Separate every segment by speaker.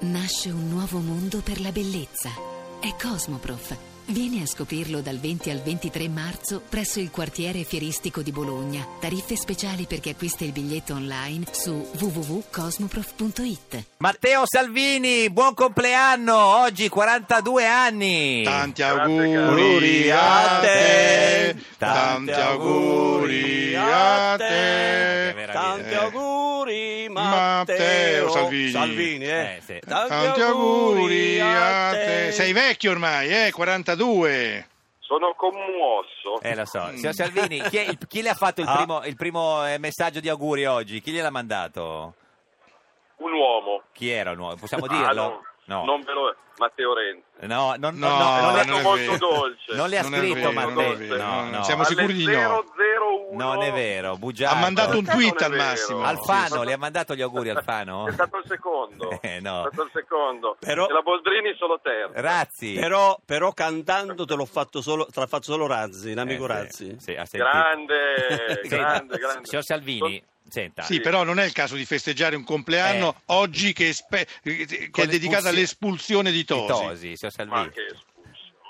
Speaker 1: Nasce un nuovo mondo per la bellezza. È Cosmoprof. Vieni a scoprirlo dal 20 al 23 marzo presso il quartiere fieristico di Bologna. Tariffe speciali per chi acquista il biglietto online su www.cosmoprof.it.
Speaker 2: Matteo Salvini, buon compleanno, oggi 42 anni.
Speaker 3: Tanti auguri a te, tanti auguri a
Speaker 2: Che
Speaker 3: te,
Speaker 2: meraviglia.
Speaker 4: Tanti
Speaker 3: Eh.
Speaker 4: auguri
Speaker 3: Matteo
Speaker 4: Matteo,
Speaker 3: oh, Salvini.
Speaker 4: eh.
Speaker 2: Eh, sì.
Speaker 4: Tanti,
Speaker 3: tanti auguri a te. Sei vecchio ormai, eh, 42.
Speaker 5: Sono commosso.
Speaker 2: Eh lo so, signor Salvini, chi, è il- chi le ha fatto il
Speaker 4: Ah.
Speaker 2: primo, il primo, eh, messaggio di auguri oggi? Chi gliel'ha mandato?
Speaker 5: Un uomo.
Speaker 2: Chi era il nuovo? Possiamo
Speaker 5: Ah,
Speaker 2: dirlo?
Speaker 5: no, Non ve lo... Matteo Renzi.
Speaker 2: No, non,
Speaker 3: No,
Speaker 2: non
Speaker 3: non
Speaker 2: le-
Speaker 3: è vero.
Speaker 5: molto dolce.
Speaker 2: non le ha
Speaker 3: Non è
Speaker 2: scritto
Speaker 3: vero,
Speaker 5: non è
Speaker 2: Matteo.
Speaker 5: vero.
Speaker 2: No, no.
Speaker 3: Siamo
Speaker 5: Alle
Speaker 3: sicuri di no.
Speaker 5: 001
Speaker 2: Non è vero, bugiardo.
Speaker 3: Ha mandato un
Speaker 5: Perché
Speaker 3: tweet
Speaker 5: non
Speaker 3: al
Speaker 5: è vero?
Speaker 3: massimo.
Speaker 2: Alfano,
Speaker 5: Sì.
Speaker 2: le ha mandato gli auguri Alfano?
Speaker 5: È stato il secondo.
Speaker 2: Eh, no.
Speaker 5: È stato il secondo.
Speaker 4: Però-
Speaker 5: E la Boldrini solo terza.
Speaker 2: Razzi.
Speaker 4: Però, però cantando te l'ho fatto solo, te l'ha fatto solo Razzi,
Speaker 2: Eh,
Speaker 4: l'amico
Speaker 2: sì,
Speaker 4: Razzi.
Speaker 2: sì, ha sentito.
Speaker 5: grande,
Speaker 2: Senta,
Speaker 5: grande, grande.
Speaker 2: Signor Salvini, senta.
Speaker 3: Sì, però non è il caso di festeggiare un compleanno
Speaker 2: Ah, Eh.
Speaker 3: oggi che, espe- che è dedicato
Speaker 2: l'espulsi-
Speaker 3: all'espulsione di Tosi.
Speaker 2: signor
Speaker 5: Ma
Speaker 2: Salvini.
Speaker 5: che scusa.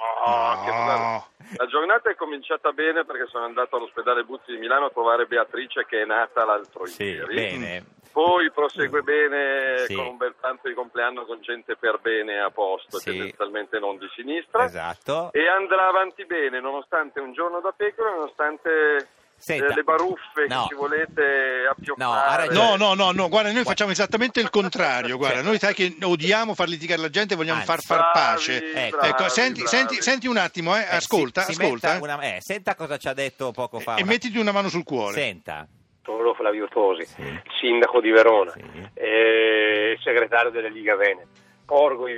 Speaker 5: No, Ah, che
Speaker 3: No.
Speaker 5: La giornata è cominciata bene perché sono andato all'ospedale Buzzi di Milano a trovare Beatrice che è nata l'altro
Speaker 2: Sì,
Speaker 5: ieri.
Speaker 2: bene. Mm.
Speaker 5: Poi prosegue bene
Speaker 2: Sì.
Speaker 5: con un bel tanto di compleanno con gente per bene a posto,
Speaker 2: Sì.
Speaker 5: tendenzialmente non di sinistra.
Speaker 2: Esatto.
Speaker 5: E andrà avanti bene, nonostante un giorno da pecora, nonostante
Speaker 2: Senta.
Speaker 5: eh, le baruffe
Speaker 2: No,
Speaker 5: che ci volete appioppare.
Speaker 2: No, ha ragione.
Speaker 5: Eh.
Speaker 3: No, no, no, no, guarda, noi facciamo esattamente il contrario. Guarda, noi sai che odiamo far litigare la gente, vogliamo
Speaker 2: Anzi.
Speaker 3: far far pace.
Speaker 5: Bravi,
Speaker 2: Ecco.
Speaker 5: bravi,
Speaker 3: Ecco, senti,
Speaker 5: bravi.
Speaker 3: senti, senti un attimo, eh,
Speaker 2: Eh,
Speaker 3: ascolta,
Speaker 2: si- si
Speaker 3: ascolta. eh,
Speaker 2: metta una- eh, senta cosa ci ha detto poco fa.
Speaker 3: e
Speaker 2: una-
Speaker 3: mettiti una mano sul cuore.
Speaker 2: Senta.
Speaker 6: Sono Flavio Tosi,
Speaker 2: Sì.
Speaker 6: sindaco di Verona,
Speaker 2: Sì.
Speaker 6: e segretario della Liga Veneta. Porgo i,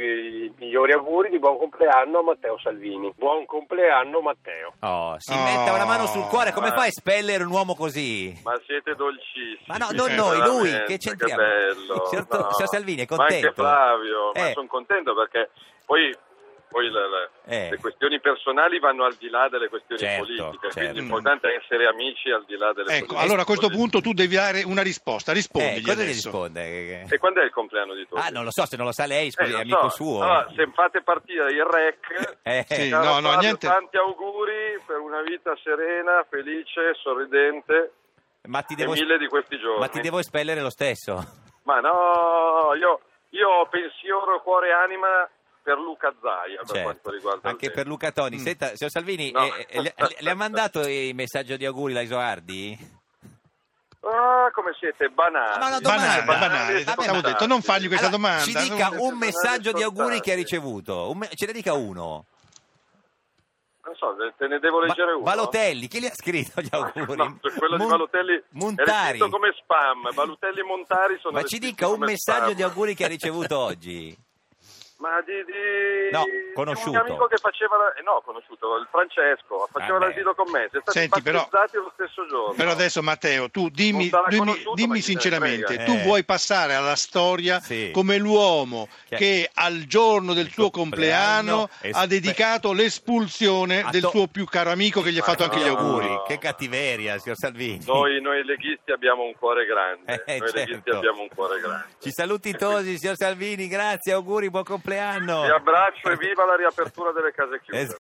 Speaker 6: i migliori auguri di buon compleanno a Matteo Salvini. Buon compleanno Matteo.
Speaker 2: Oh, si
Speaker 3: Oh.
Speaker 2: metta una mano sul cuore. Come
Speaker 5: Ma-
Speaker 2: fa a espellere un uomo così?
Speaker 5: Ma siete dolcissimi.
Speaker 2: Ma no, non
Speaker 3: sì,
Speaker 2: noi, lui,
Speaker 5: veramente,
Speaker 2: che c'entriamo?
Speaker 5: bello.
Speaker 2: Signor,
Speaker 5: No.
Speaker 2: signor Salvini, è
Speaker 5: Ma
Speaker 2: contento?
Speaker 5: anche Flavio, ma
Speaker 2: Eh,
Speaker 5: sono contento perché poi, poi le, le-
Speaker 2: Eh.
Speaker 5: le questioni personali vanno al di là delle questioni
Speaker 2: Certo,
Speaker 5: politiche,
Speaker 2: certo.
Speaker 5: quindi l'importante è essere amici al di là delle
Speaker 3: Ecco,
Speaker 5: questioni
Speaker 3: allora a questo
Speaker 5: politiche.
Speaker 3: punto tu devi dare una risposta,
Speaker 2: eh,
Speaker 3: rispondili
Speaker 2: cosa gli
Speaker 3: adesso.
Speaker 2: risponde? Che- che-
Speaker 5: E quando è il compleanno di tutti?
Speaker 2: Ah, non lo so, se non lo sa lei, scusi,
Speaker 5: Eh,
Speaker 2: è
Speaker 5: lo
Speaker 2: amico
Speaker 5: so.
Speaker 2: suo.
Speaker 5: Allora, se fate partire il rec,
Speaker 2: Eh,
Speaker 3: Sì,
Speaker 5: caro
Speaker 3: no, no,
Speaker 5: Flavio,
Speaker 3: niente.
Speaker 5: tanti auguri per una vita serena, felice, sorridente
Speaker 2: ma ti
Speaker 5: e
Speaker 2: devo,
Speaker 5: mille di questi giorni.
Speaker 2: ma ti devo espellere lo stesso.
Speaker 5: Ma no, io, io ho pensiero, cuore e anima per Luca Zaia per
Speaker 2: Certo.
Speaker 5: quanto riguarda il
Speaker 2: anche
Speaker 5: tennis.
Speaker 2: per Luca
Speaker 3: Mm.
Speaker 2: Toni. Senta, signor Salvini,
Speaker 5: No.
Speaker 2: eh, eh, le, le ha mandato il messaggio di auguri la Isoardi?
Speaker 5: Ah, come siete banali.
Speaker 2: Ma no, domani-
Speaker 3: Banale,
Speaker 2: Banale,
Speaker 3: banale.
Speaker 2: vabbè,
Speaker 3: Abbiamo
Speaker 2: ma-
Speaker 3: detto non fargli questa
Speaker 2: Allora,
Speaker 3: domanda.
Speaker 2: Ci dica
Speaker 3: Non-
Speaker 2: un messaggio di auguri che ha
Speaker 5: Ascoltate.
Speaker 2: ricevuto. Un me- ce ne dica uno.
Speaker 5: Non so, te ne devo
Speaker 2: Ma-
Speaker 5: leggere uno.
Speaker 2: Balotelli, chi li ha scritto gli auguri?
Speaker 5: No, cioè, quello di
Speaker 2: Mun-
Speaker 5: Balutelli è
Speaker 2: Montari.
Speaker 5: scritto come spam. Balutelli e Montari sono
Speaker 2: Ma ci
Speaker 5: descritti
Speaker 2: dica un
Speaker 5: come
Speaker 2: messaggio
Speaker 5: spam.
Speaker 2: di auguri che ha ricevuto oggi.
Speaker 5: Ma di, di-
Speaker 2: No,
Speaker 5: di
Speaker 2: conosciuto.
Speaker 5: un mio amico che faceva la- eh, no, conosciuto, il Francesco, faceva
Speaker 2: Ah, beh.
Speaker 5: l'asilo con me, siete stati
Speaker 3: Senti, però-
Speaker 5: battezzati lo stesso giorno.
Speaker 3: Però adesso Matteo, tu dimmi,
Speaker 5: Non sarà
Speaker 3: dimmi-
Speaker 5: conosciuto,
Speaker 3: dimmi
Speaker 5: ma chi se ne
Speaker 3: sinceramente,
Speaker 5: frega.
Speaker 3: tu
Speaker 2: Eh.
Speaker 3: vuoi passare alla storia
Speaker 2: Sì.
Speaker 3: come l'uomo
Speaker 2: Che-
Speaker 3: che, al giorno del
Speaker 2: Il
Speaker 3: suo
Speaker 2: compleanno
Speaker 3: compleanno,
Speaker 2: espe-
Speaker 3: ha dedicato l'espulsione
Speaker 2: A
Speaker 3: del
Speaker 2: to- Ah,
Speaker 3: suo più caro amico che gli ha fatto anche gli
Speaker 5: no.
Speaker 3: auguri.
Speaker 2: Che cattiveria, signor Salvini.
Speaker 5: Noi, noi leghisti abbiamo un cuore grande,
Speaker 2: Eh,
Speaker 5: noi leghisti
Speaker 2: certo.
Speaker 5: abbiamo un cuore grande.
Speaker 2: Ci saluti Tosi, signor Salvini, grazie, auguri, buon compleanno.
Speaker 5: Vi abbraccio e viva la riapertura delle case chiuse.
Speaker 2: Es-